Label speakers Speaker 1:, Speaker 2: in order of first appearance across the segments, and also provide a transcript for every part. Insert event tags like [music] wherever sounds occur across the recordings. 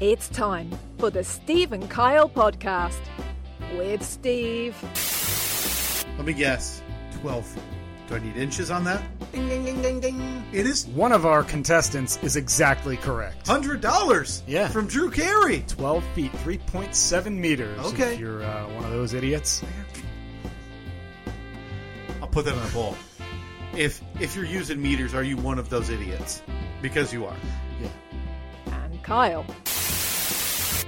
Speaker 1: It's time for the Steve and Kyle podcast with Steve.
Speaker 2: Let me guess. 12. Do I need inches on that? Ding, ding, ding, ding, ding. It is
Speaker 3: One of our contestants is exactly correct.
Speaker 2: $100
Speaker 3: Yeah.
Speaker 2: from Drew Carey.
Speaker 3: 12 feet, 3.7 meters.
Speaker 2: Okay.
Speaker 3: If you're uh, one of those idiots.
Speaker 2: I'll put that on a poll. If if you're using meters, are you one of those idiots? Because you are.
Speaker 1: And Kyle.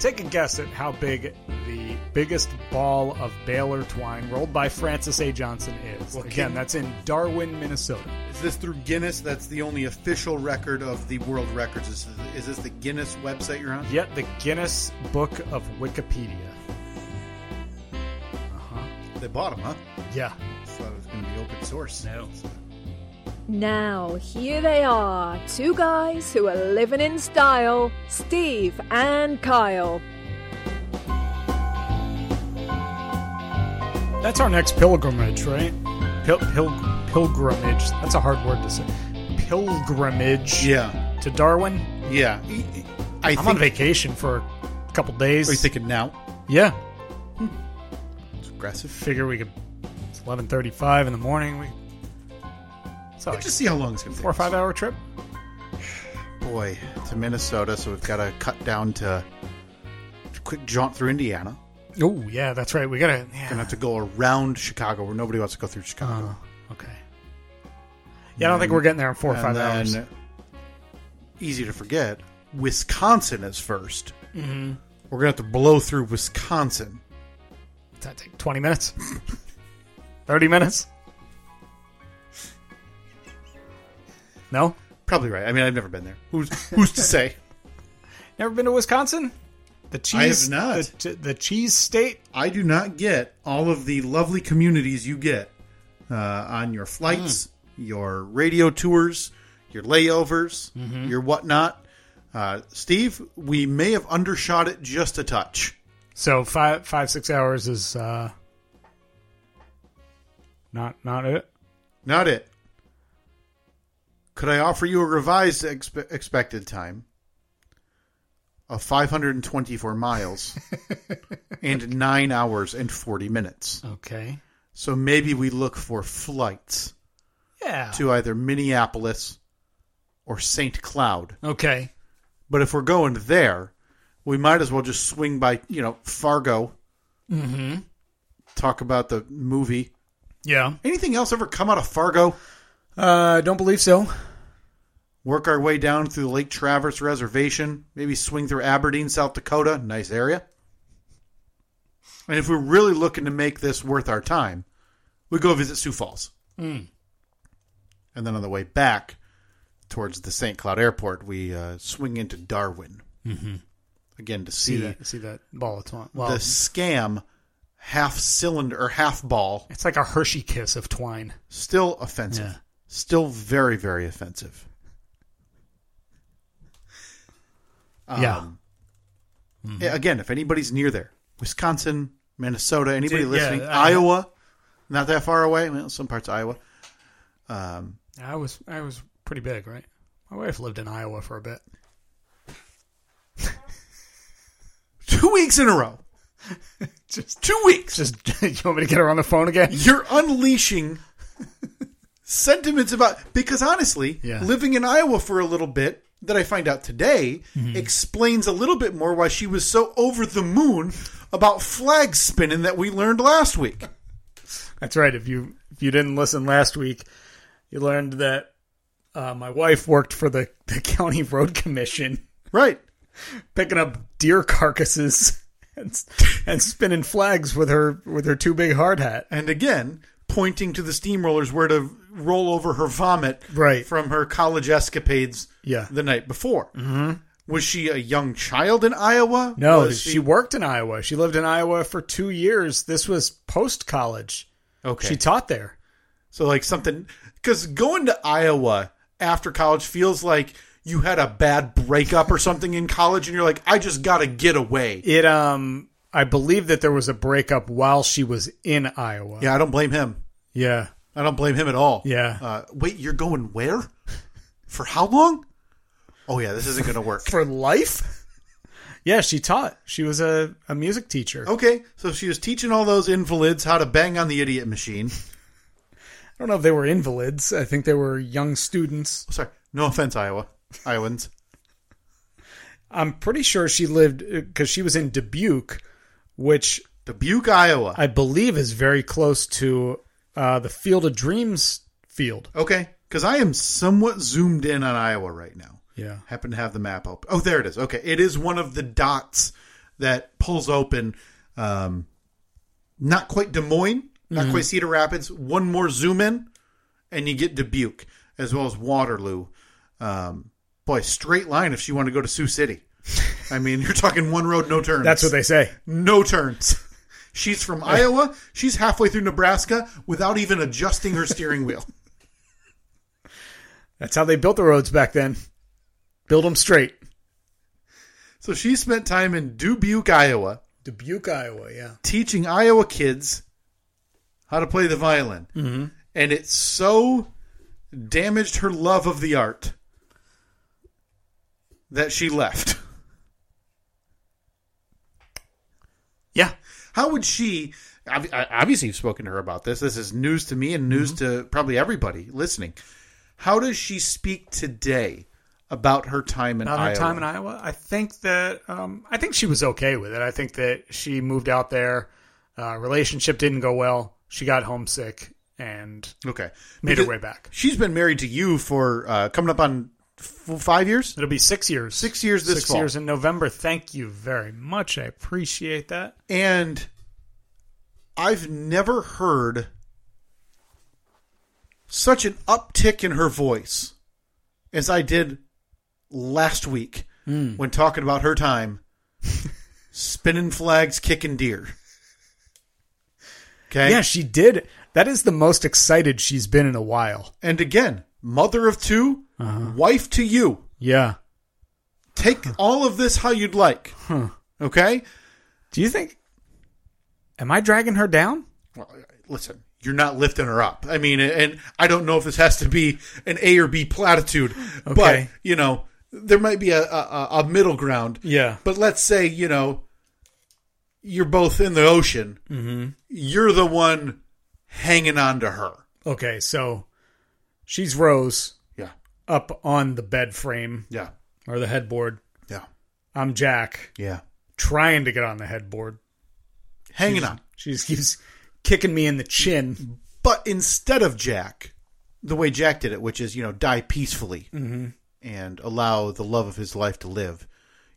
Speaker 3: Take a guess at how big the biggest ball of baler twine rolled by Francis A. Johnson is.
Speaker 2: Well,
Speaker 3: Again,
Speaker 2: can-
Speaker 3: that's in Darwin, Minnesota.
Speaker 2: Is this through Guinness? That's the only official record of the world records. Is, is this the Guinness website you're on?
Speaker 3: Yet the Guinness Book of Wikipedia.
Speaker 2: They bought them, huh?
Speaker 3: Yeah.
Speaker 2: Thought it was going to be open source.
Speaker 3: No.
Speaker 1: Now, here they are, two guys who are living in style Steve and Kyle.
Speaker 3: That's our next pilgrimage, right? Pil- pil- pilgrimage. That's a hard word to say. Pilgrimage.
Speaker 2: Yeah.
Speaker 3: To Darwin.
Speaker 2: Yeah. I
Speaker 3: I'm
Speaker 2: think,
Speaker 3: on vacation for a couple days.
Speaker 2: Are you thinking now?
Speaker 3: Yeah.
Speaker 2: It's aggressive.
Speaker 3: Figure we could. It's 11:35 in the morning. We. It's like
Speaker 2: Let's just see how long it's going to take.
Speaker 3: four or five hour trip.
Speaker 2: boy to Minnesota, so we've got to cut down to a quick jaunt through Indiana.
Speaker 3: Oh yeah, that's right. We gotta.
Speaker 2: Gonna
Speaker 3: Yeah.
Speaker 2: have to go around Chicago, where nobody wants to go through Chicago.
Speaker 3: Oh, okay. Yeah, I don't think we're getting there in Uh, four or
Speaker 2: And
Speaker 3: five
Speaker 2: then,
Speaker 3: hours.
Speaker 2: Easy to forget. Wisconsin is 1st we
Speaker 3: Mm-hmm.
Speaker 2: We're gonna have to blow through Wisconsin.
Speaker 3: Does that take 20 minutes? [laughs] 30 minutes? No?
Speaker 2: Probably right. I mean, I've never been there. Who's who's to
Speaker 3: [laughs]
Speaker 2: say?
Speaker 3: Never been to Wisconsin? The cheese
Speaker 2: I have not.
Speaker 3: The, t- the cheese state?
Speaker 2: I do not get all of the lovely communities you get uh, on your flights, your radio tours, your layovers, your whatnot. Uh, Steve, we may have undershot it just a touch.
Speaker 3: So five five six hours is uh not not it.
Speaker 2: Not it. Could I offer you a revised expe- expected time of 524 miles and nine hours and 40 minutes?
Speaker 3: Okay.
Speaker 2: So maybe we look for flights.
Speaker 3: Yeah.
Speaker 2: to either Minneapolis or St. Cloud.
Speaker 3: okay.
Speaker 2: But if we're going there, we might as well just swing by, you know, Fargo. Mm-hmm. Talk about the movie.
Speaker 3: Yeah.
Speaker 2: Anything else ever come out of Fargo?
Speaker 3: Uh don't believe so.
Speaker 2: Work our way down through Lake Traverse Reservation. Maybe swing through Aberdeen, South Dakota. Nice area. And if we're really looking to make this worth our time, we go visit Sioux Falls.
Speaker 3: Mm.
Speaker 2: And then on the way back towards the St. Cloud Airport, we uh, swing into Darwin. Mm-hmm. Again, to see,
Speaker 3: See that see that ball of twine. Well
Speaker 2: the scam half cylinder or half ball.
Speaker 3: it's like a Hershey kiss of twine.
Speaker 2: Still offensive.
Speaker 3: Yeah.
Speaker 2: Still very, very offensive.
Speaker 3: yeah.
Speaker 2: Yeah, Again, if anybody's near there, Wisconsin, Minnesota, anybody
Speaker 3: Dude, yeah,
Speaker 2: listening,
Speaker 3: I-
Speaker 2: Iowa, not that far away. Well, some parts of Iowa.
Speaker 3: I was I was pretty big, right? My wife lived in Iowa for a bit.
Speaker 2: Two weeks in a row.
Speaker 3: Just
Speaker 2: Two weeks.
Speaker 3: just [laughs] you want me to get her on the phone again?
Speaker 2: You're unleashing [laughs] sentiments about because honestly,
Speaker 3: Yeah.
Speaker 2: living in Iowa for a little bit that I find out today
Speaker 3: Mm-hmm.
Speaker 2: explains a little bit more why she was so over the moon about flag spinning that we learned last week. [laughs]
Speaker 3: That's right. If you if you didn't listen last week, you learned that uh, my wife worked for the, the county road commission,
Speaker 2: Right.
Speaker 3: picking up deer carcasses [laughs] and, and spinning flags with her with her too big hard hat.
Speaker 2: And again, pointing to the steamrollers where to roll over her vomit
Speaker 3: Right.
Speaker 2: from her college escapades
Speaker 3: Yeah.
Speaker 2: the night before. Mm-hmm. Was she a young child in Iowa?
Speaker 3: No,
Speaker 2: Was
Speaker 3: she worked in Iowa. She lived in Iowa for two years. This was post college.
Speaker 2: Okay.
Speaker 3: She taught there.
Speaker 2: So like something because going to Iowa after college feels like you had a bad breakup or something in college, and you're like, I just gotta get away.
Speaker 3: It um I believe that there was a breakup while she was in Iowa.
Speaker 2: Yeah, I don't blame him.
Speaker 3: Yeah.
Speaker 2: I don't blame him at all.
Speaker 3: Yeah.
Speaker 2: Uh, wait, you're going where? For how long? Oh yeah, this isn't gonna work.
Speaker 3: For life? [laughs] yeah, she taught. She was a, a music teacher.
Speaker 2: okay, so she was teaching all those invalids how to bang on the idiot machine.
Speaker 3: I don't know if they were invalids. I think they were young students.
Speaker 2: Sorry, no offense, Iowa Iowans.
Speaker 3: I'm pretty sure she lived because she was in Dubuque, which
Speaker 2: Dubuque, Iowa.
Speaker 3: I believe is very close to uh, the Field of Dreams field.
Speaker 2: Okay, because I am somewhat zoomed in on Iowa right now.
Speaker 3: Yeah.
Speaker 2: happen to have the map open. Oh, there it is. Okay, it is one of the dots that pulls open. Um, not quite Des Moines,
Speaker 3: Mm-hmm.
Speaker 2: not quite Cedar Rapids. One more zoom in, and you get Dubuque as well as Waterloo. Um, boy, straight line if she wanted to go to Sioux City. I mean, you're talking one road, no turns.
Speaker 3: That's what they say.
Speaker 2: no turns. [laughs] She's from Iowa. She's halfway through Nebraska without even adjusting her steering
Speaker 3: [laughs]
Speaker 2: wheel.
Speaker 3: That's how they built the roads back then. Build them straight.
Speaker 2: So she spent time in Dubuque, Iowa,
Speaker 3: Dubuque, Iowa. Yeah.
Speaker 2: teaching Iowa kids how to play the violin. Mm-hmm. And it so damaged her love of the art that she left. [laughs]
Speaker 3: Yeah.
Speaker 2: How would she? ob- Obviously, you've spoken to her about this. This is news to me and news
Speaker 3: Mm-hmm.
Speaker 2: to probably everybody listening. How does she speak today about her time in
Speaker 3: About
Speaker 2: Iowa?
Speaker 3: her time in Iowa, I think that um, I think she was okay with it. I think that she moved out there. Uh, relationship didn't go well. She got homesick and
Speaker 2: okay,
Speaker 3: made her
Speaker 2: Because
Speaker 3: way back.
Speaker 2: She's been married to you for uh, coming up on f- five years.
Speaker 3: It'll be six years.
Speaker 2: Six years this
Speaker 3: six
Speaker 2: fall.
Speaker 3: years in November. Thank you very much. I appreciate that.
Speaker 2: And I've never heard such an uptick in her voice as I did last week when talking about her time spinning flags, kicking deer. Okay.
Speaker 3: Yeah, she did. That is the most excited she's been in a while.
Speaker 2: And again, mother of 2 wife to you.
Speaker 3: Yeah.
Speaker 2: Take all of this how you'd like. Okay?
Speaker 3: Do you think? Am I dragging her down?
Speaker 2: Well, uh, listen, you're not lifting her up. I mean, and I don't know if this has to be an A or B platitude, but
Speaker 3: Okay.
Speaker 2: you know, there might be a, a a middle ground.
Speaker 3: Yeah.
Speaker 2: But let's say you know, you're both in the ocean. Mm-hmm. You're the one hanging on to her.
Speaker 3: Okay, so she's Rose
Speaker 2: Yeah,
Speaker 3: up on the bed frame
Speaker 2: yeah,
Speaker 3: or the headboard.
Speaker 2: yeah,
Speaker 3: I'm Jack
Speaker 2: yeah.
Speaker 3: trying to get on the headboard.
Speaker 2: Hanging on.
Speaker 3: She just keeps kicking me in the chin.
Speaker 2: But instead of Jack, the way Jack did it, which is, you know, die peacefully and allow the love of his life to live,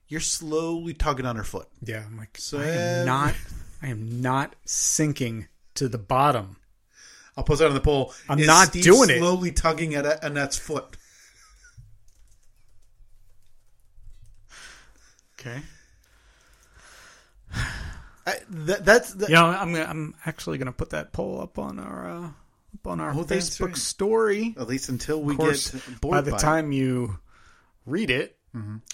Speaker 2: you're slowly tugging on her foot.
Speaker 3: Yeah, I'm like,
Speaker 2: So-
Speaker 3: I am not, I am not sinking to the bottom.
Speaker 2: I'll post that on the poll.
Speaker 3: I'm not doing it.
Speaker 2: Slowly tugging at Annette's foot.
Speaker 3: Okay.
Speaker 2: I, that, that's that,
Speaker 3: You know, I'm gonna, I'm actually gonna put that poll up on our uh, up on our
Speaker 2: Oh, that's
Speaker 3: Facebook
Speaker 2: right.
Speaker 3: story.
Speaker 2: at least until we
Speaker 3: Of course,
Speaker 2: get bored
Speaker 3: by the
Speaker 2: it.
Speaker 3: time you read it,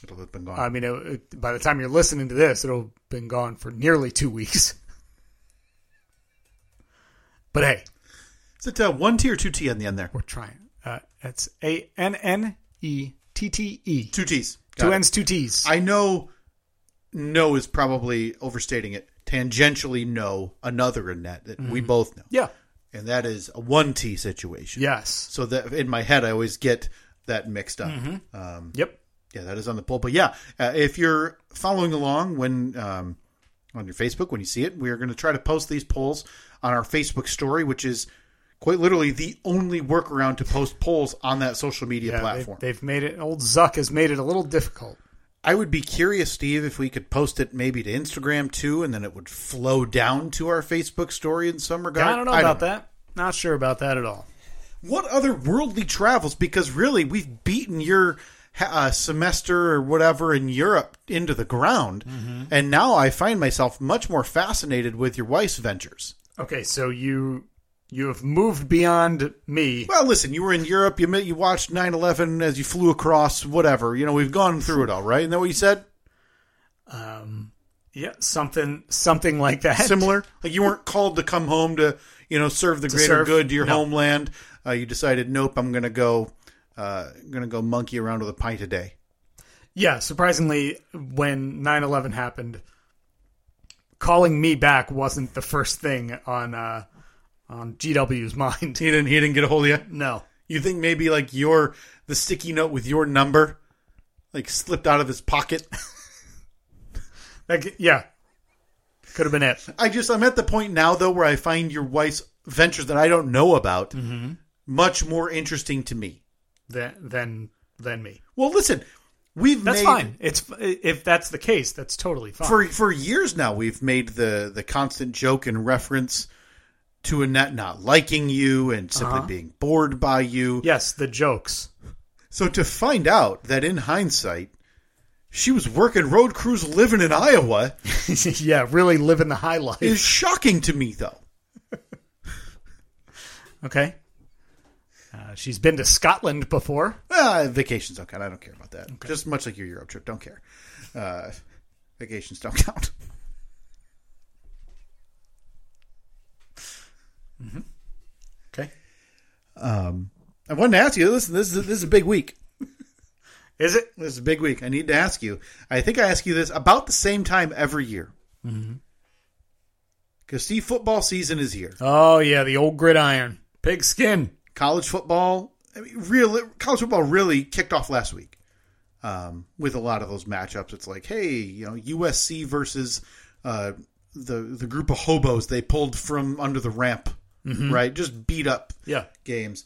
Speaker 2: it'll have been gone.
Speaker 3: I mean, it, it- by the time you're listening to this, it'll have been gone for nearly two weeks. [laughs] But hey,
Speaker 2: Is it uh, one T or two T on the end there?
Speaker 3: we're trying. Uh, it's A N N E T T E.
Speaker 2: Two T's. Got
Speaker 3: Two
Speaker 2: it.
Speaker 3: N's, two T's.
Speaker 2: I know. No is probably overstating it. Tangentially, no. Another Annette that
Speaker 3: Mm-hmm.
Speaker 2: we both know,
Speaker 3: yeah.
Speaker 2: and that is a one T situation.
Speaker 3: Yes.
Speaker 2: So that in my head, I always get that mixed up.
Speaker 3: Mm-hmm.
Speaker 2: Um,
Speaker 3: Yep.
Speaker 2: Yeah, that is on the poll. But yeah, uh, if you're following along when um, on your Facebook when you see it, we are going to try to post these polls on our Facebook story, which is quite literally the only workaround to post polls on that social media
Speaker 3: Yeah,
Speaker 2: platform.
Speaker 3: They've, they've made it. Old Zuck has made it a little difficult.
Speaker 2: I would be curious, Steve, if we could post it maybe to Instagram too, and then it would flow down to our Facebook story in some regard.
Speaker 3: I don't know about that. Not sure about that at all.
Speaker 2: What other worldly travels? Because really, we've beaten your uh, semester or whatever in Europe into the ground, and now I find myself much more fascinated with your wife's ventures.
Speaker 3: Okay, so you you have moved beyond me.
Speaker 2: Well, listen, you were in Europe. You met, you watched 9-11 as you flew across. Whatever, you know, we've gone through it all, right? Isn't that what you [laughs] said?
Speaker 3: Um, yeah, something something like that.
Speaker 2: similar. Like you weren't called to come home to you know serve the greater
Speaker 3: serve?
Speaker 2: good to your
Speaker 3: No.
Speaker 2: homeland. Uh, you decided, nope, I'm gonna go, uh, gonna go monkey around with a pint a day.
Speaker 3: Yeah, surprisingly, when 9 11 happened, calling me back wasn't the first thing on uh, on GW's [laughs] mind.
Speaker 2: He didn't. He didn't get a hold of you.
Speaker 3: No.
Speaker 2: You think maybe like your the sticky note with your number, like slipped out of his pocket. [laughs]
Speaker 3: Like, yeah. Could have been it.
Speaker 2: I just I'm at the point now though where I find your wife's ventures that I don't know about
Speaker 3: Mm-hmm.
Speaker 2: much more interesting to me.
Speaker 3: Than, than, than me.
Speaker 2: Well, listen, we've
Speaker 3: That's
Speaker 2: made,
Speaker 3: fine. It's If that's the case, that's totally fine.
Speaker 2: for for years now we've made the the constant joke and reference to Annette not liking you and simply
Speaker 3: Uh-huh.
Speaker 2: being bored by you.
Speaker 3: yes, the jokes. [laughs]
Speaker 2: So to find out that in hindsight she was working road crews living in
Speaker 3: [laughs]
Speaker 2: Iowa
Speaker 3: yeah, really living the high life.
Speaker 2: is shocking to me though.
Speaker 3: okay. Uh, she's been to Scotland before.
Speaker 2: Ah, vacations don't count. I don't care about that. Just much like your Europe trip, don't care. Uh, vacations don't [laughs] count.
Speaker 3: Okay.
Speaker 2: I wanted to ask you. Listen, this is this is a big week.
Speaker 3: Is it?
Speaker 2: This is a big week. I need to ask you. I think I ask you this about the same time every year.
Speaker 3: Mm-hmm.
Speaker 2: Because see, football season is here.
Speaker 3: Oh, yeah, the old gridiron. Pig skin.
Speaker 2: College football, I mean, real college football really kicked off last week. Um, with a lot of those matchups, it's like, hey, you know, USC versus uh, the the group of hobos they pulled from under the ramp, right? Just beat up
Speaker 3: Yeah.
Speaker 2: games.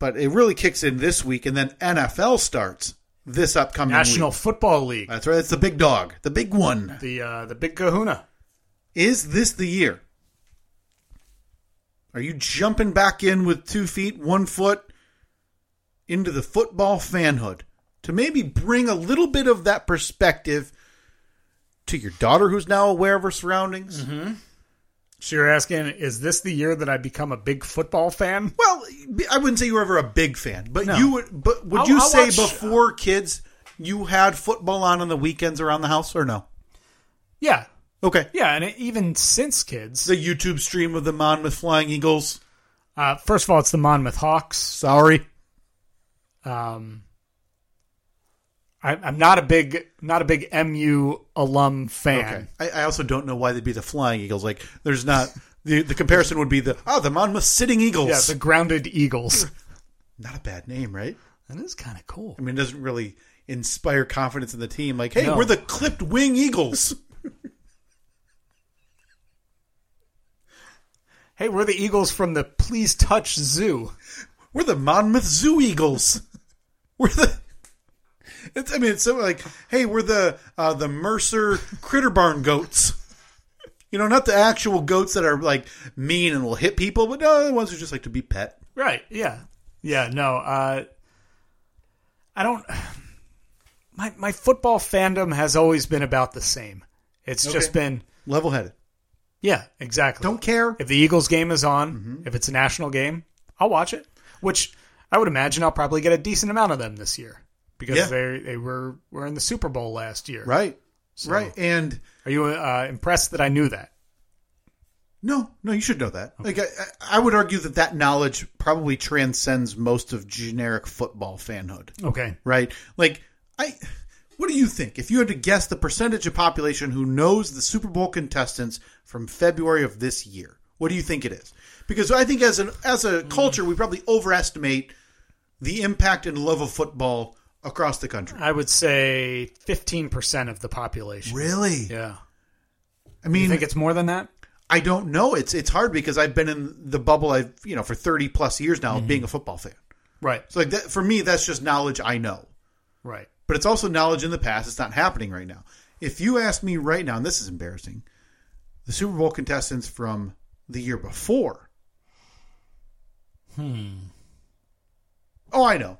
Speaker 2: But it really kicks in this week, and then NFL starts this upcoming
Speaker 3: National
Speaker 2: week.
Speaker 3: Football League.
Speaker 2: That's right. That's the big dog, the big one.
Speaker 3: the uh, the big kahuna.
Speaker 2: Is this the year? Are you jumping back in with two feet, one foot into the football fanhood to maybe bring a little bit of that perspective to your daughter who's now aware of her surroundings?
Speaker 3: Mm-hmm. So you're asking, is this the year that I become a big football fan?
Speaker 2: Well, I wouldn't say you were ever a big fan, but
Speaker 3: No.
Speaker 2: you would. But would
Speaker 3: I'll-
Speaker 2: you
Speaker 3: I'll
Speaker 2: say
Speaker 3: watch- uh,
Speaker 2: before kids you had football on on the weekends around the house or no?
Speaker 3: Yeah,
Speaker 2: Okay,
Speaker 3: yeah, and even since kids.
Speaker 2: the YouTube stream of the Monmouth Flying Eagles.
Speaker 3: Uh, first of all, it's the Monmouth Hawks.
Speaker 2: Sorry,
Speaker 3: Um, I, I'm not a big not a big MU alum fan.
Speaker 2: I, I also don't know why they'd be the Flying Eagles. Like, there's not the the comparison would be the ah the Monmouth Sitting Eagles.
Speaker 3: Yeah, the grounded Eagles.
Speaker 2: not a bad name, right?
Speaker 3: that is kind of cool.
Speaker 2: I mean, it doesn't really inspire confidence in the team. Like, hey,
Speaker 3: No.
Speaker 2: we're the clipped wing Eagles.
Speaker 3: Hey, we're the Eagles from the Please Touch Zoo.
Speaker 2: We're the Monmouth Zoo Eagles. we're the. It's, I mean, it's so like, hey, we're the uh, the Mercer Critter Barn goats. You know, not the actual goats that are like mean and will hit people, but no, the ones who just like to be pet.
Speaker 3: Right. Yeah. Yeah. No. Uh, I don't. My my football fandom has always been about the same. It's just
Speaker 2: Okay.
Speaker 3: been
Speaker 2: Level headed.
Speaker 3: yeah, exactly.
Speaker 2: Don't Mm-hmm. care.
Speaker 3: If the Eagles game is on, if it's a national game, I'll watch it. Which I would imagine I'll probably get a decent amount of them this year because
Speaker 2: Yeah.
Speaker 3: they they were were in the Super Bowl last year.
Speaker 2: Right. Right. And
Speaker 3: Are you uh, impressed that I knew that?
Speaker 2: no, no, you should know that. Like, I, I would argue that that knowledge probably transcends most of generic football fanhood.
Speaker 3: Okay.
Speaker 2: right? Like, I, what do you think? If you had to guess the percentage of population who knows the Super Bowl contestants from February of this year, what do you think it is? Because I think as an as
Speaker 3: Hmm.
Speaker 2: a culture, we probably overestimate the impact and love of football across the country.
Speaker 3: I would say fifteen percent of the population.
Speaker 2: Really?
Speaker 3: Yeah.
Speaker 2: I
Speaker 3: You
Speaker 2: mean,
Speaker 3: think it's more than that?
Speaker 2: I don't know. It's it's hard because I've been in the bubble. I've you know for thirty plus years now of being a football fan.
Speaker 3: Right.
Speaker 2: So like that for me, that's just knowledge I know.
Speaker 3: Right.
Speaker 2: but it's also knowledge in the past. It's not happening right now. If you ask me right now, and this is embarrassing, the Super Bowl contestants from the year before. Hmm. Oh, I know.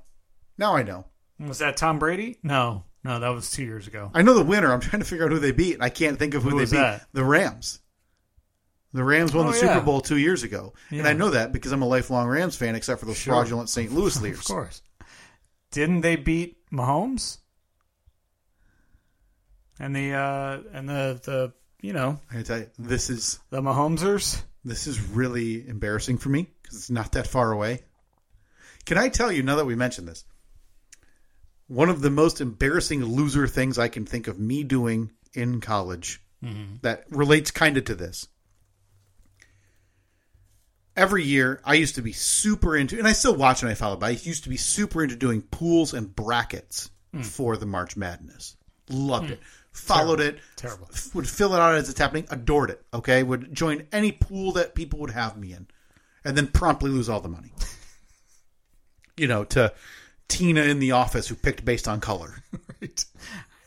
Speaker 2: Now I know.
Speaker 3: Was that Tom Brady? No, no, that was two years ago.
Speaker 2: I know the winner. I'm trying to figure out who they beat, and I can't think of who,
Speaker 3: Who
Speaker 2: they
Speaker 3: was
Speaker 2: beat.
Speaker 3: that?
Speaker 2: The Rams. The Rams won
Speaker 3: Oh,
Speaker 2: the
Speaker 3: yeah.
Speaker 2: Super Bowl two years ago, and
Speaker 3: Yeah.
Speaker 2: I know that because I'm a lifelong Rams fan, except for those
Speaker 3: Sure.
Speaker 2: fraudulent St. Louis leaders.
Speaker 3: Of course. Didn't they beat Mahomes? And the uh and the the you know
Speaker 2: I tell you, this is
Speaker 3: the Mahomesers.
Speaker 2: this is really embarrassing for me because it's not that far away. Can I tell you now that we mentioned this? One of the most embarrassing loser things I can think of me doing in college
Speaker 3: Mm-hmm.
Speaker 2: that relates kind of to this. Every year, I used to be super into, and I still watch and I follow, but I used to be super into doing pools and brackets for the March Madness. Loved it. Followed it
Speaker 3: Terrible.
Speaker 2: f- would fill it out as it's happening, adored it, okay? Would join any pool that people would have me in, and then promptly lose all the money. you know, to Tina in the office who picked based on color.
Speaker 3: Right.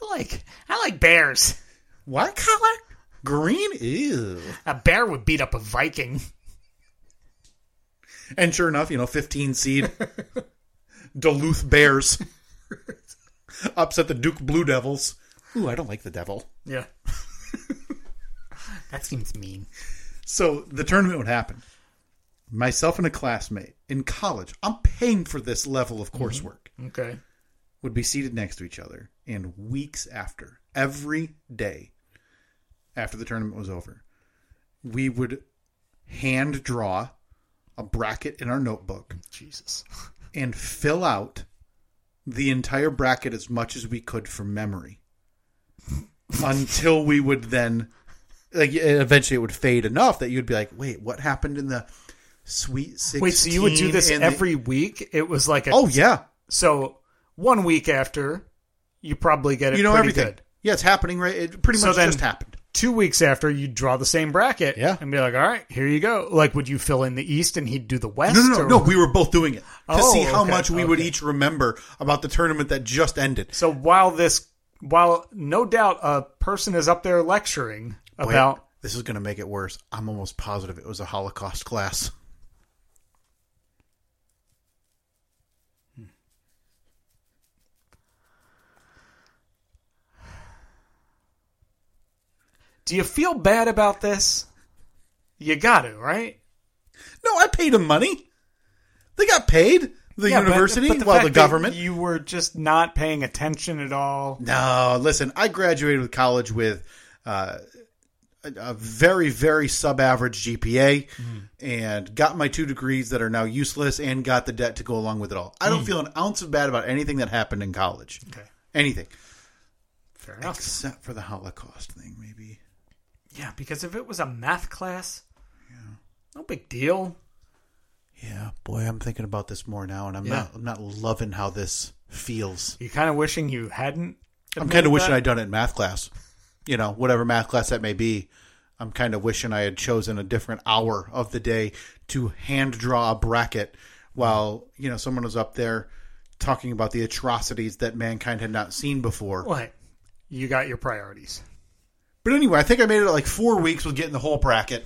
Speaker 3: I like I like bears.
Speaker 2: What color? Green? Ew.
Speaker 3: A bear would beat up a Viking.
Speaker 2: And sure enough, you know, 15 [laughs] seed Duluth Bears upset the Duke Blue Devils. Ooh, I don't like the devil.
Speaker 3: Yeah. that seems mean.
Speaker 2: So the tournament would happen. Myself and a classmate in college, I'm paying for this level of coursework.
Speaker 3: Okay.
Speaker 2: would be seated next to each other and weeks after every day after the tournament was over we would hand draw a bracket in our notebook
Speaker 3: Jesus.
Speaker 2: and fill out the entire bracket as much as we could from
Speaker 3: [laughs]
Speaker 2: memory until we would then like eventually it would fade enough that you'd be like wait what happened in the sweet 16
Speaker 3: Wait, so you would do this
Speaker 2: and the-
Speaker 3: every week? It was like a
Speaker 2: oh yeah
Speaker 3: so one week after you probably get it
Speaker 2: you know
Speaker 3: pretty
Speaker 2: everything
Speaker 3: good.
Speaker 2: yeah it's happening right it pretty
Speaker 3: So
Speaker 2: much
Speaker 3: then-
Speaker 2: just happened
Speaker 3: two weeks after you draw the same bracket
Speaker 2: Yeah.
Speaker 3: and be like all right here you go like would you fill in the east and he'd do the west
Speaker 2: No, no, no,
Speaker 3: or-
Speaker 2: no. We were both doing it to
Speaker 3: Oh,
Speaker 2: see how
Speaker 3: okay,
Speaker 2: much we would
Speaker 3: okay.
Speaker 2: each remember about the tournament that just ended.
Speaker 3: so while this while no doubt a person is up there lecturing
Speaker 2: Wait,
Speaker 3: about
Speaker 2: this is going to make it worse. I'm almost positive it was a Holocaust class.
Speaker 3: do you feel bad about this you got to right
Speaker 2: No, I paid them money. They got paid. The
Speaker 3: Yeah, but-
Speaker 2: university,
Speaker 3: but
Speaker 2: well,
Speaker 3: fact
Speaker 2: the
Speaker 3: that
Speaker 2: government.
Speaker 3: you were just not paying attention at all
Speaker 2: No, listen. I graduated with college with uh, a, a very, very sub-average GPA,
Speaker 3: Mm-hmm.
Speaker 2: and got my two degrees that are now useless, and got the debt to go along with it all.
Speaker 3: Mm.
Speaker 2: I don't feel an ounce of bad about anything that happened in college.
Speaker 3: okay
Speaker 2: Anything.
Speaker 3: fair enough
Speaker 2: Except for the Holocaust thing, maybe.
Speaker 3: yeah because if it was a math class no big deal
Speaker 2: Yeah, boy, I'm thinking about this more now, and I'm
Speaker 3: Yeah.
Speaker 2: not, I'm not loving how this feels.
Speaker 3: you kind of wishing you hadn't
Speaker 2: I'm kind of wishing
Speaker 3: I.
Speaker 2: I'd done it in math class. You know, whatever math class that may be, I'm kind of wishing I had chosen a different hour of the day to hand draw a bracket while you know someone was up there talking about the atrocities that mankind had not seen before.
Speaker 3: What? You got your priorities.
Speaker 2: But anyway, I think I made it like four weeks with getting the whole bracket.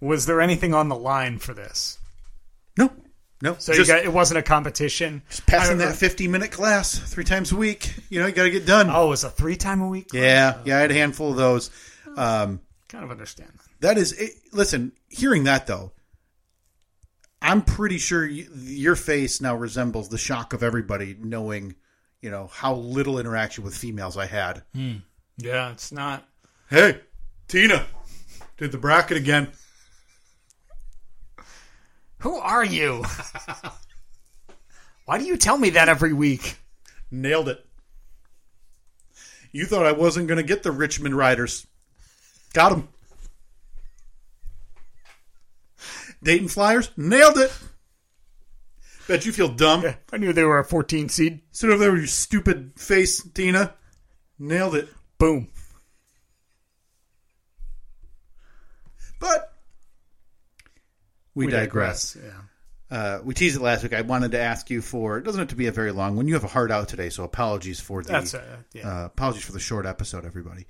Speaker 3: Was there anything on the line for this?
Speaker 2: No, no.
Speaker 3: So
Speaker 2: just-
Speaker 3: you got it wasn't a competition.
Speaker 2: Just passing
Speaker 3: I-
Speaker 2: that 50 minute class three times a week. You know, you got to get done.
Speaker 3: Oh, it was a three time a week.
Speaker 2: Yeah, yeah, I had a handful of those. Um,
Speaker 3: Kind of understand that.
Speaker 2: that is, it, listen, hearing that though, I'm pretty sure you, your face now resembles the shock of everybody knowing, you know, how little interaction with females I had.
Speaker 3: Yeah, it's not.
Speaker 2: Hey, Tina, did the bracket again.
Speaker 3: Who are [laughs] you? Why do you tell me that every week?
Speaker 2: Nailed it. You thought I wasn't going to get the Richmond Riders. Got them. Dayton Flyers. Nailed it. Bet you feel dumb.
Speaker 3: Yeah, I knew they were a 14 seed.
Speaker 2: Sit over there with your stupid face, Tina. Nailed it.
Speaker 3: Boom.
Speaker 2: But we, digress.
Speaker 3: Yeah.
Speaker 2: Uh, we teased it last week. I wanted to ask you for. It doesn't have to be a very long one. You have a hard out today, so apologies for the
Speaker 3: That's uh, yeah.
Speaker 2: uh, apologies for the short episode, everybody.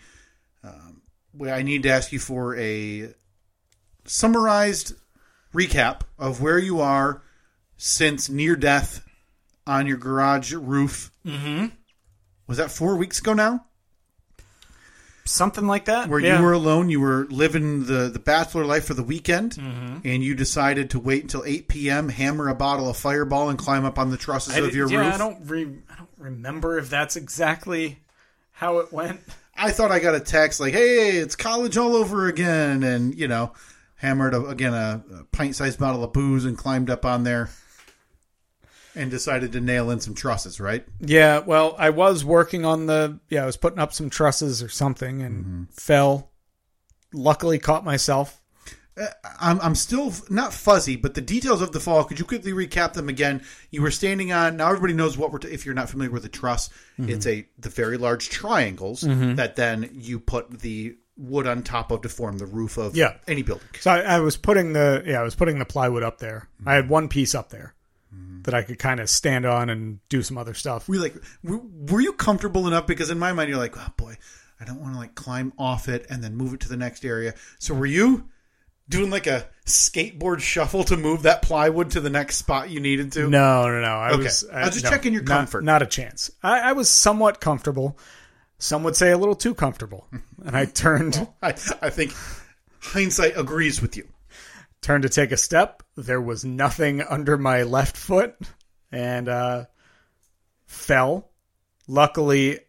Speaker 2: Um, well, I need to ask you for a summarized recap of where you are since near death on your garage roof. Mm-hmm. Was that four weeks ago now?
Speaker 3: Something like that.
Speaker 2: Where
Speaker 3: Yeah.
Speaker 2: you were alone, you were living the, the bachelor life for the weekend,
Speaker 3: Mm-hmm.
Speaker 2: and you decided to wait until 8 p.m., hammer a bottle of fireball, and climb up on the trusses
Speaker 3: I
Speaker 2: of
Speaker 3: did-
Speaker 2: your
Speaker 3: yeah,
Speaker 2: roof.
Speaker 3: I don't re- I don't remember if that's exactly how it went.
Speaker 2: I thought I got a text like, "Hey, it's college all over again," and you know, hammered a, again a, a pint-sized bottle of booze and climbed up on there and decided to nail in some trusses. Right?
Speaker 3: Yeah, well, I was working on the yeah, I was putting up some trusses or something and
Speaker 2: Mm-hmm.
Speaker 3: fell. Luckily caught myself.
Speaker 2: I'm I'm still f- not fuzzy, but the details of the fall. Could you quickly recap them again? You were standing on. Now everybody knows what we're. T- if you're not familiar with a truss, it's a the very large triangles that then you put the wood on top of to form the roof of
Speaker 3: Yeah.
Speaker 2: any building.
Speaker 3: So I, I was putting the yeah, I was putting the plywood up there.
Speaker 2: Mm-hmm.
Speaker 3: I had one piece up there that I could kind of stand on and do some other stuff.
Speaker 2: were you like were, were you comfortable enough because in my mind you're like oh boy i don't want to like climb off it and then move it to the next area so were you doing like a skateboard shuffle to move that plywood to the next spot you needed to
Speaker 3: No, no, no. I
Speaker 2: Okay.
Speaker 3: was.
Speaker 2: I was just
Speaker 3: no,
Speaker 2: checking your
Speaker 3: not-
Speaker 2: comfort.
Speaker 3: Not a chance. I, I was somewhat comfortable. Some would say a little
Speaker 2: [laughs]
Speaker 3: too comfortable, and I turned
Speaker 2: I, I think hindsight agrees with you
Speaker 3: turned to take a step. There was nothing under my left foot, and uh, fell. Luckily,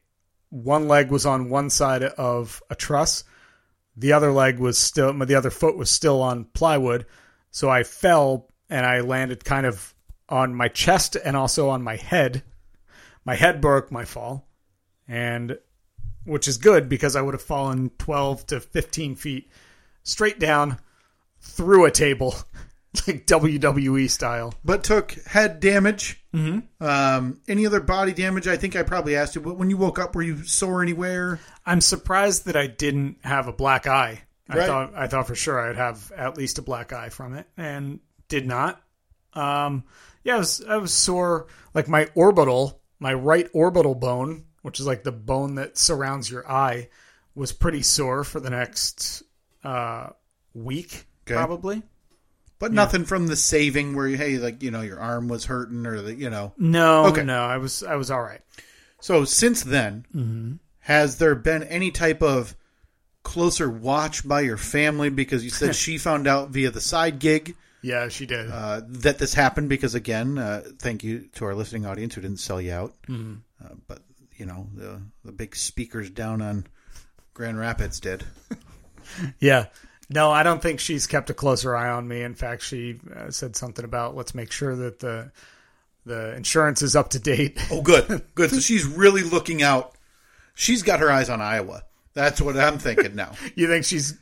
Speaker 3: one leg was on one side of a truss. The other leg was still. The other foot was still on plywood, so I fell and I landed kind of on my chest and also on my head. My head broke my fall, and which is good because I would have fallen twelve to fifteen feet straight down through a table, [laughs] like WWE style.
Speaker 2: but took head damage mm-hmm. um any other body damage i think i probably asked you but when you woke up were you sore anywhere
Speaker 3: I'm surprised that I didn't have a black eye.
Speaker 2: Right.
Speaker 3: I thought I thought for sure I'd have at least a black eye from it, and did not. Um, yeah, I was, I was sore. Like my orbital, my right orbital bone, which is like the bone that surrounds your eye, was pretty sore for the next uh, week,
Speaker 2: Okay.
Speaker 3: probably.
Speaker 2: but nothing from the saving where you hey like you know your arm was hurting or the you know
Speaker 3: No,
Speaker 2: Okay.
Speaker 3: no, I was I was all right.
Speaker 2: So since then, has there been any type of closer watch by your family? Because you [laughs] said she found out via the side gig
Speaker 3: Yeah, she did.
Speaker 2: uh, that this happened. Because again, uh, thank you to our listening audience who didn't sell you out.
Speaker 3: Mm-hmm.
Speaker 2: Uh, but you know the the big speakers down on Grand Rapids did.
Speaker 3: Yeah. No, I don't think she's kept a closer eye on me. In fact, she uh, said something about let's make sure that the the insurance is up to date. [laughs]
Speaker 2: Oh, good, good. So she's really looking out. She's got her eyes on Iowa. That's what I'm thinking now.
Speaker 3: you think she's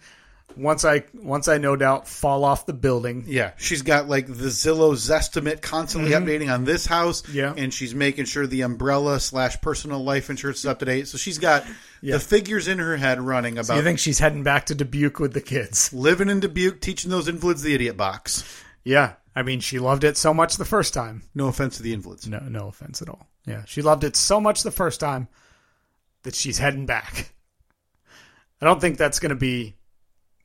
Speaker 3: once I once I no doubt fall off the building.
Speaker 2: [laughs] Yeah, she's got like the Zillow Zestimate constantly updating on this house.
Speaker 3: Mm-hmm. Yeah.
Speaker 2: and she's making sure the umbrella slash personal life insurance is up to date. So she's got the figures in her head running about
Speaker 3: You think she's heading back to Dubuque with the kids?
Speaker 2: living in Dubuque, teaching those invalids the idiot box.
Speaker 3: Yeah. I mean, she loved it so much the first time.
Speaker 2: No offense to the invalids.
Speaker 3: No, no offense at all. Yeah, she loved it so much the first time that she's heading back. I don't think that's going to be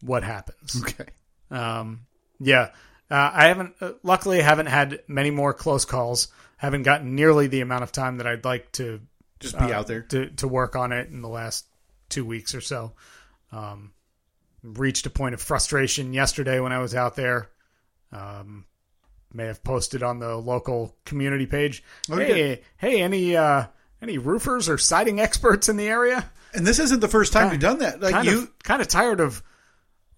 Speaker 3: what happens.
Speaker 2: [laughs] Okay,
Speaker 3: Um, yeah, uh, I haven't. Uh, luckily, I haven't had many more close calls. Haven't gotten nearly the amount of time that I'd like to uh,
Speaker 2: just be out there.
Speaker 3: to, to work on it in the last two weeks or so. Um, reached a point of frustration yesterday when I was out there. Um, may have posted on the local community page.
Speaker 2: Oh, you
Speaker 3: hey, hey, any uh, any roofers or siding experts in the area?
Speaker 2: And this isn't the first time you've done that. Like
Speaker 3: Kind
Speaker 2: you,
Speaker 3: of kind of tired of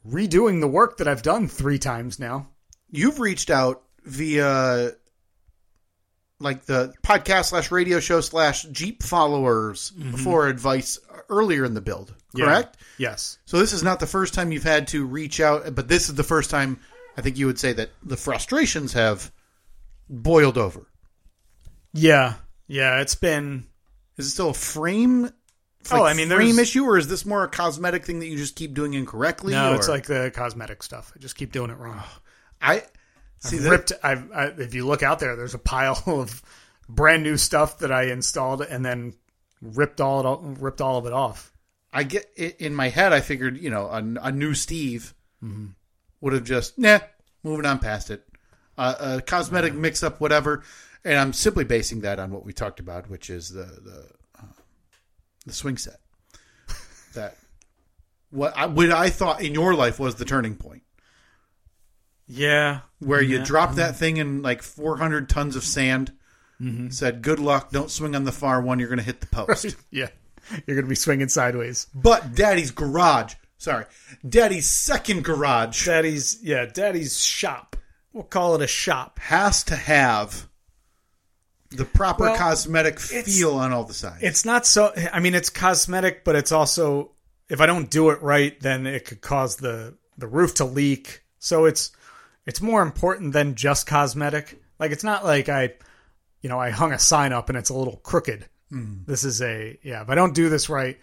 Speaker 3: redoing the work that I've done three times now.
Speaker 2: you've reached out via like the podcast slash radio show slash Jeep followers for advice earlier in the build.
Speaker 3: Mm-hmm. Yeah.
Speaker 2: Correct.
Speaker 3: Yes.
Speaker 2: So this is not the first time you've had to reach out, but this is the first time I think you would say that the frustrations have boiled over.
Speaker 3: Yeah. Yeah. It's been.
Speaker 2: Is it still a frame? it's
Speaker 3: Oh,
Speaker 2: like
Speaker 3: I mean,
Speaker 2: frame
Speaker 3: there's-
Speaker 2: issue, or is this more a cosmetic thing that you just keep doing incorrectly?
Speaker 3: No,
Speaker 2: or-
Speaker 3: it's like the cosmetic stuff. I just keep doing it wrong.
Speaker 2: I See,
Speaker 3: I've
Speaker 2: that-
Speaker 3: ripped. I've, I, if you look out there, there's a pile [laughs] of brand new stuff that I installed and then ripped all it all, ripped all of it off.
Speaker 2: I get i- in my head. I figured, you know, a, a new Steve would have just nah, moving on past it. Uh, a cosmetic mix-up, whatever. And I'm simply basing that on what we talked about, which is the the uh, the swing set. that what I, what I thought in your life was the turning point,
Speaker 3: Yeah,
Speaker 2: where you dropped that thing in like 400 tons of sand. Said, "Good luck. Don't swing on the far one. You're going to hit the post."
Speaker 3: [laughs] yeah. You're gonna be swinging sideways.
Speaker 2: But Daddy's garage, sorry, Daddy's second garage
Speaker 3: Daddy's yeah, Daddy's shop. We'll call it a shop.
Speaker 2: has to have the proper
Speaker 3: Well,
Speaker 2: cosmetic
Speaker 3: it's-
Speaker 2: feel on all the sides.
Speaker 3: It's not so. I mean, it's cosmetic, but it's also if I don't do it right, then it could cause the the roof to leak. So it's it's more important than just cosmetic. Like it's not like I, you know, I hung a sign up and it's a little crooked. This is a yeah. If I don't do this right,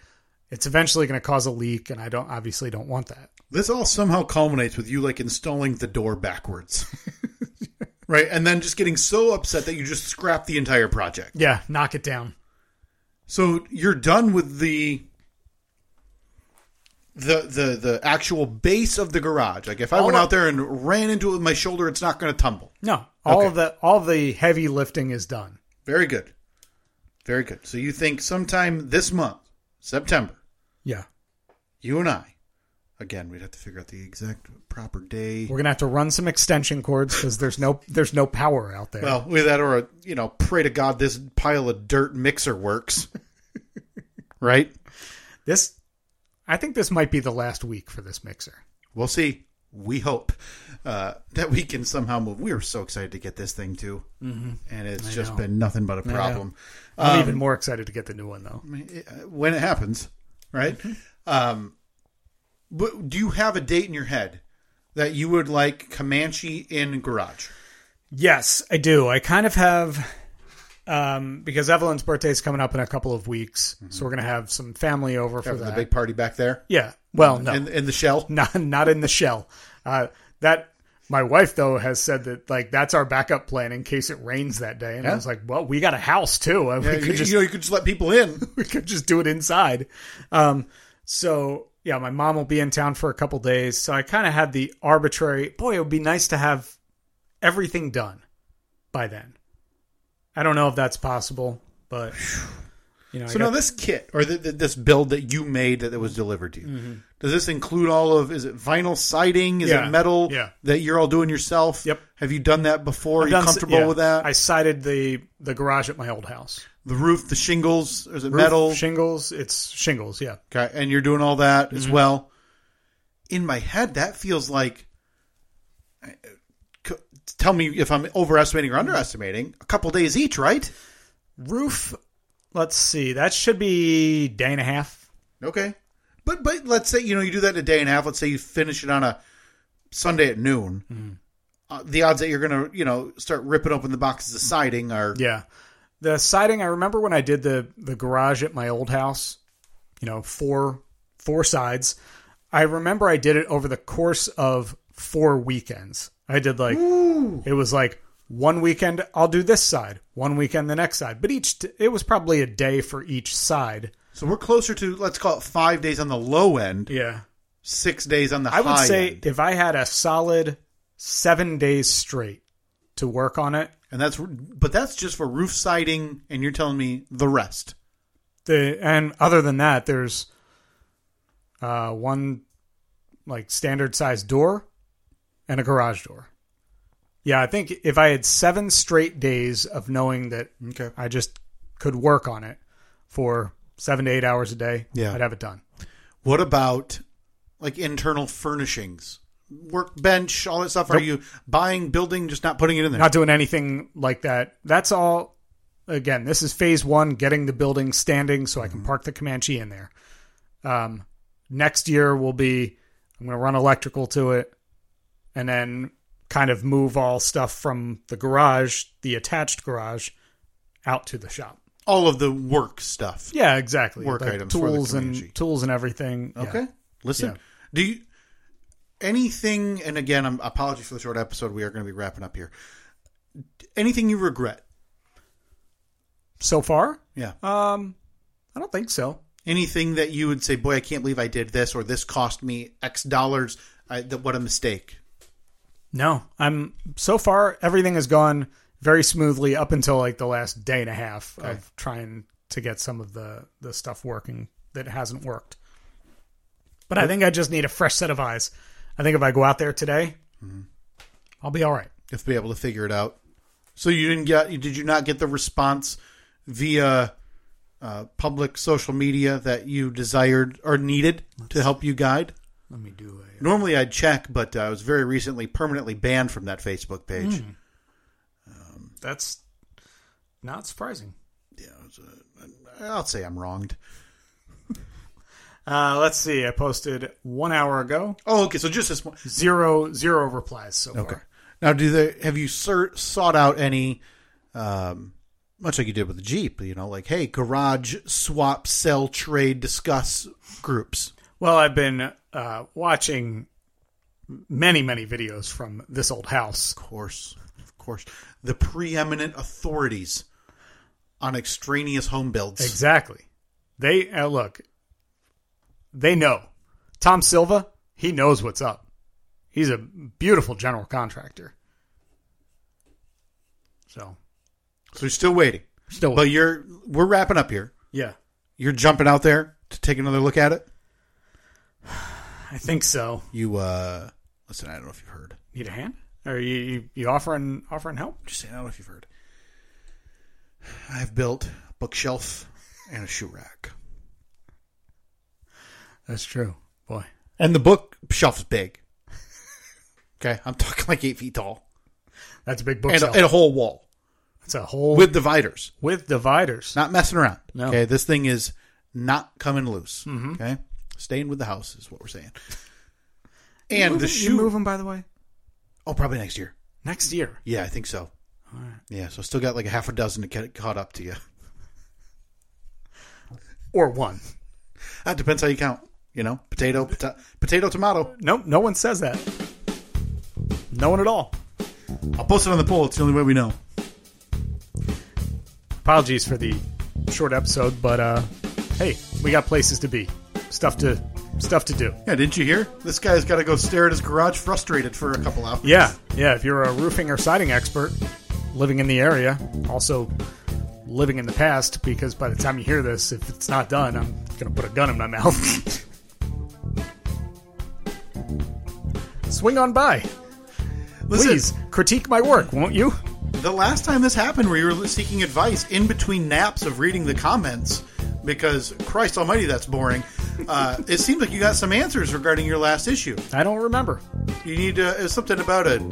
Speaker 3: it's eventually going to cause a leak, and I don't obviously don't want that.
Speaker 2: this all somehow culminates with you like installing the door
Speaker 3: [laughs]
Speaker 2: backwards. right? And then just getting so upset that you just scrap the entire project.
Speaker 3: Yeah, knock it down.
Speaker 2: So you're done with the the the the actual base of the garage. Like if I
Speaker 3: All
Speaker 2: went
Speaker 3: I-
Speaker 2: out there and ran into it with my shoulder, it's not going to tumble.
Speaker 3: No, all
Speaker 2: Okay.
Speaker 3: of the all of the heavy lifting is done.
Speaker 2: Very good. Very good. So you think sometime this month, September,
Speaker 3: Yeah,
Speaker 2: you and I, again, we'd have to figure out the exact proper day.
Speaker 3: we're gonna have to run some extension cords because there's no there's no power out there.
Speaker 2: Well, with that or, you know, pray to God this pile of dirt mixer works. [laughs] right?
Speaker 3: This, I think this might be the last week for this mixer.
Speaker 2: We'll see. We hope uh, that we can somehow move. We were so excited to get this thing, too. Mm-hmm. And it's just
Speaker 3: know.
Speaker 2: been nothing but a problem. Um,
Speaker 3: I'm even more excited to get the new one though.
Speaker 2: when it happens, right?
Speaker 3: Mm-hmm.
Speaker 2: Um, but do you have a date in your head that you would like Comanche in garage?
Speaker 3: Yes, I do. I kind of have, um, because Evelyn's birthday is coming up in a couple of weeks,
Speaker 2: Mm-hmm.
Speaker 3: so we're gonna have some family over for
Speaker 2: Having the
Speaker 3: that.
Speaker 2: big party back there
Speaker 3: yeah. Well, no,
Speaker 2: in, in the shell.
Speaker 3: [laughs] not not in the shell. Uh, that my wife though has said that like that's our backup plan in case it rains that day. And I was like, well, we got a house too. and we
Speaker 2: You,
Speaker 3: could just
Speaker 2: you know, you could just let people in.
Speaker 3: [laughs] we could just do it inside. Um, so yeah, my mom will be in town for a couple days, so I kind of had the arbitrary. Boy, it would be nice to have everything done by then. I don't know if that's possible, but you know, I
Speaker 2: So
Speaker 3: got-
Speaker 2: now this kit or th th this build that you made that, that was delivered to you, does this include all of? Is it vinyl siding? Is
Speaker 3: Mm-hmm. Yeah.
Speaker 2: it metal?
Speaker 3: Yeah.
Speaker 2: That you're all doing yourself.
Speaker 3: Yep.
Speaker 2: Have you done that before? Are
Speaker 3: I've
Speaker 2: you
Speaker 3: done s-
Speaker 2: comfortable
Speaker 3: yeah,
Speaker 2: with that?
Speaker 3: I sided the the garage at my old house.
Speaker 2: the roof, the shingles, or is it
Speaker 3: Roof,
Speaker 2: metal?
Speaker 3: shingles. It's shingles. Yeah,
Speaker 2: Okay, and you're doing all that as
Speaker 3: Mm-hmm.
Speaker 2: well. In my head, that feels like. c- Tell me if I'm overestimating or underestimating. A couple days each, right?
Speaker 3: roof. Let's see. That should be day and a half.
Speaker 2: Okay, but but let's say you know you do that in a day and a half. Let's say you finish it on a Sunday at noon.
Speaker 3: Mm-hmm.
Speaker 2: Uh, the odds that you're gonna you know start ripping open the boxes of siding are
Speaker 3: Yeah. The siding, I remember when I did the the garage at my old house, you know, four four sides. I remember I did it over the course of four weekends. I did like it was like one weekend I'll do this side, one weekend the next side. But each t- it was probably a day for each side.
Speaker 2: so we're closer to let's call it five days on the low end,
Speaker 3: Yeah.
Speaker 2: six days on the
Speaker 3: I
Speaker 2: high
Speaker 3: would say
Speaker 2: end,
Speaker 3: if I had a solid 7 days straight to work on it,
Speaker 2: and that's but that's just for roof siding, and you're telling me the rest.
Speaker 3: the and other than that there's uh one like standard size door and a garage door yeah i think if i had seven straight days of knowing that
Speaker 2: Okay.
Speaker 3: i just could work on it for seven to eight hours a day
Speaker 2: Yeah.
Speaker 3: i'd have it done
Speaker 2: What about like internal furnishings, workbench, all that stuff? Are
Speaker 3: Nope.
Speaker 2: you buying, building, just not putting it in there?
Speaker 3: not doing anything like that that's all again this is phase one getting the building standing so i can park the comanche in there um, next year will be i'm going to run electrical to it and then kind of move all stuff from the garage the attached garage out to the shop
Speaker 2: all of the work stuff.
Speaker 3: yeah exactly
Speaker 2: Work
Speaker 3: Like
Speaker 2: items for the
Speaker 3: tools
Speaker 2: Comanche.
Speaker 3: and tools and everything Yeah.
Speaker 2: Okay. Listen,
Speaker 3: Yeah.
Speaker 2: do you? anything, and again, I'm apology for the short episode. We are going to be wrapping up here. Anything you regret?
Speaker 3: So far,
Speaker 2: Yeah.
Speaker 3: um, I don't think so.
Speaker 2: anything that you would say, boy, I can't believe I did this, or this cost me X dollars. I, th- what a mistake.
Speaker 3: No, I'm so far everything has gone very smoothly up until like the last day and a half of trying to get some of the the stuff working that hasn't worked. But I think I just need a fresh set of eyes. I think if I go out there today, I'll be all right.
Speaker 2: If be able to figure it out. So you didn't get? Did you not get the response via uh, public social media that you desired or needed to help you guide?
Speaker 3: Let me do it.
Speaker 2: Normally I'd check, but uh, I was very recently permanently banned from that Facebook page.
Speaker 3: That's not surprising.
Speaker 2: I'll say I'm wronged.
Speaker 3: Uh, let's see. I posted one hour ago.
Speaker 2: Oh, okay. So just this one.
Speaker 3: Zero zero replies so
Speaker 2: Okay.
Speaker 3: far.
Speaker 2: Now, do they have you ser- sought out any, um, much like you did with the Jeep? You know, like hey, garage swap, sell, trade, discuss groups.
Speaker 3: Well, I've been uh, watching many, many videos from this old house.
Speaker 2: Of course, of course, the preeminent authorities on extraneous home builds.
Speaker 3: Exactly. They uh, look. They know. Tom Silva. He knows what's up. He's a beautiful general contractor. So
Speaker 2: So you're still waiting,
Speaker 3: still,
Speaker 2: but you're we're wrapping up here.
Speaker 3: yeah,
Speaker 2: You're jumping out there to take another look at it.
Speaker 3: I think so.
Speaker 2: You uh, listen. I don't know if you've heard.
Speaker 3: Need a hand? Are you you, you offering offering help?
Speaker 2: Just saying, I don't know if you've heard. I've built a bookshelf and a shoe rack.
Speaker 3: That's true, boy.
Speaker 2: And the book shelf's big. Okay, I'm talking like eight feet tall,
Speaker 3: That's a big
Speaker 2: and a,
Speaker 3: bookshelf.
Speaker 2: and a whole wall
Speaker 3: That's a whole with
Speaker 2: with dividers.
Speaker 3: with dividers.
Speaker 2: Not messing around.
Speaker 3: No. Mm-hmm.
Speaker 2: Okay, this thing is not coming loose. Okay, staying with the house is what we're saying. And the shoe.
Speaker 3: moving, by the way,
Speaker 2: Oh, probably next year.
Speaker 3: next year.
Speaker 2: Yeah, I think so. Yeah, so still got like a half a dozen to get caught up to you. [laughs]
Speaker 3: or one.
Speaker 2: That depends how you count. You know, potato, pota- potato, tomato.
Speaker 3: Nope, no one says that. No one at all.
Speaker 2: I'll post it on the poll. It's the only way we know.
Speaker 3: Apologies for the short episode, but uh, hey, we got places to be, stuff to stuff to do.
Speaker 2: Yeah, didn't you hear? This guy's got to go stare at his garage frustrated for a couple hours.
Speaker 3: Yeah, yeah. If you're a roofing or siding expert, living in the area, also living in the past, because by the time you hear this, if it's not done, I'm gonna put a gun in my mouth. [laughs] Swing on by,
Speaker 2: Listen,
Speaker 3: please. Critique my work, won't you?
Speaker 2: The last time this happened, where you were seeking advice in between naps of reading the comments, because Christ Almighty, that's boring. Uh, it seems like you got some answers regarding your last issue.
Speaker 3: I don't remember.
Speaker 2: You need uh, something about it,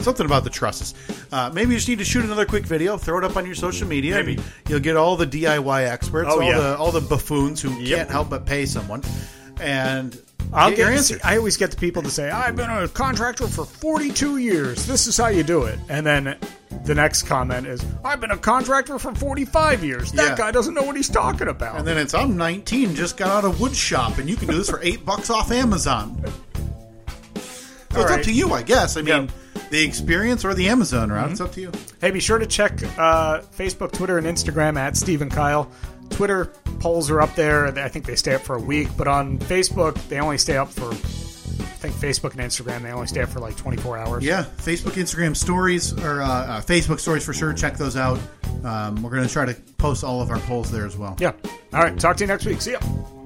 Speaker 2: something about the trusses. Uh, maybe you just need to shoot another quick video, throw it up on your social media. and
Speaker 3: Maybe.
Speaker 2: you'll get all the DIY experts,
Speaker 3: Oh,
Speaker 2: all
Speaker 3: yeah.
Speaker 2: the all the buffoons who
Speaker 3: Yep.
Speaker 2: can't help but pay someone, and
Speaker 3: I'll
Speaker 2: get
Speaker 3: get,
Speaker 2: your answer.
Speaker 3: I always get the people to say, "I've been a contractor for 42 years. This is how you do it." And then the next comment is, "I've been a contractor for 45 years. That
Speaker 2: Yeah.
Speaker 3: guy doesn't know what he's talking about."
Speaker 2: And then it's I'm 19, just got out of wood shop, and you can do this for eight bucks off Amazon. So it's
Speaker 3: All
Speaker 2: up
Speaker 3: right.
Speaker 2: to you, I guess. I mean, the experience or the Amazon route, it's up to you.
Speaker 3: hey, be sure to check uh, Facebook, Twitter, and Instagram at Stephen Kyle. Twitter polls are up there. I think they stay up for a week, but on Facebook they only stay up for. I think Facebook and Instagram they only stay up for like 24 hours.
Speaker 2: Yeah, Facebook, Instagram stories or uh, uh, Facebook stories for sure. Check those out. Um, we're going to try to post all of our polls there as well.
Speaker 3: Yeah. All right. Talk to you next week. See ya.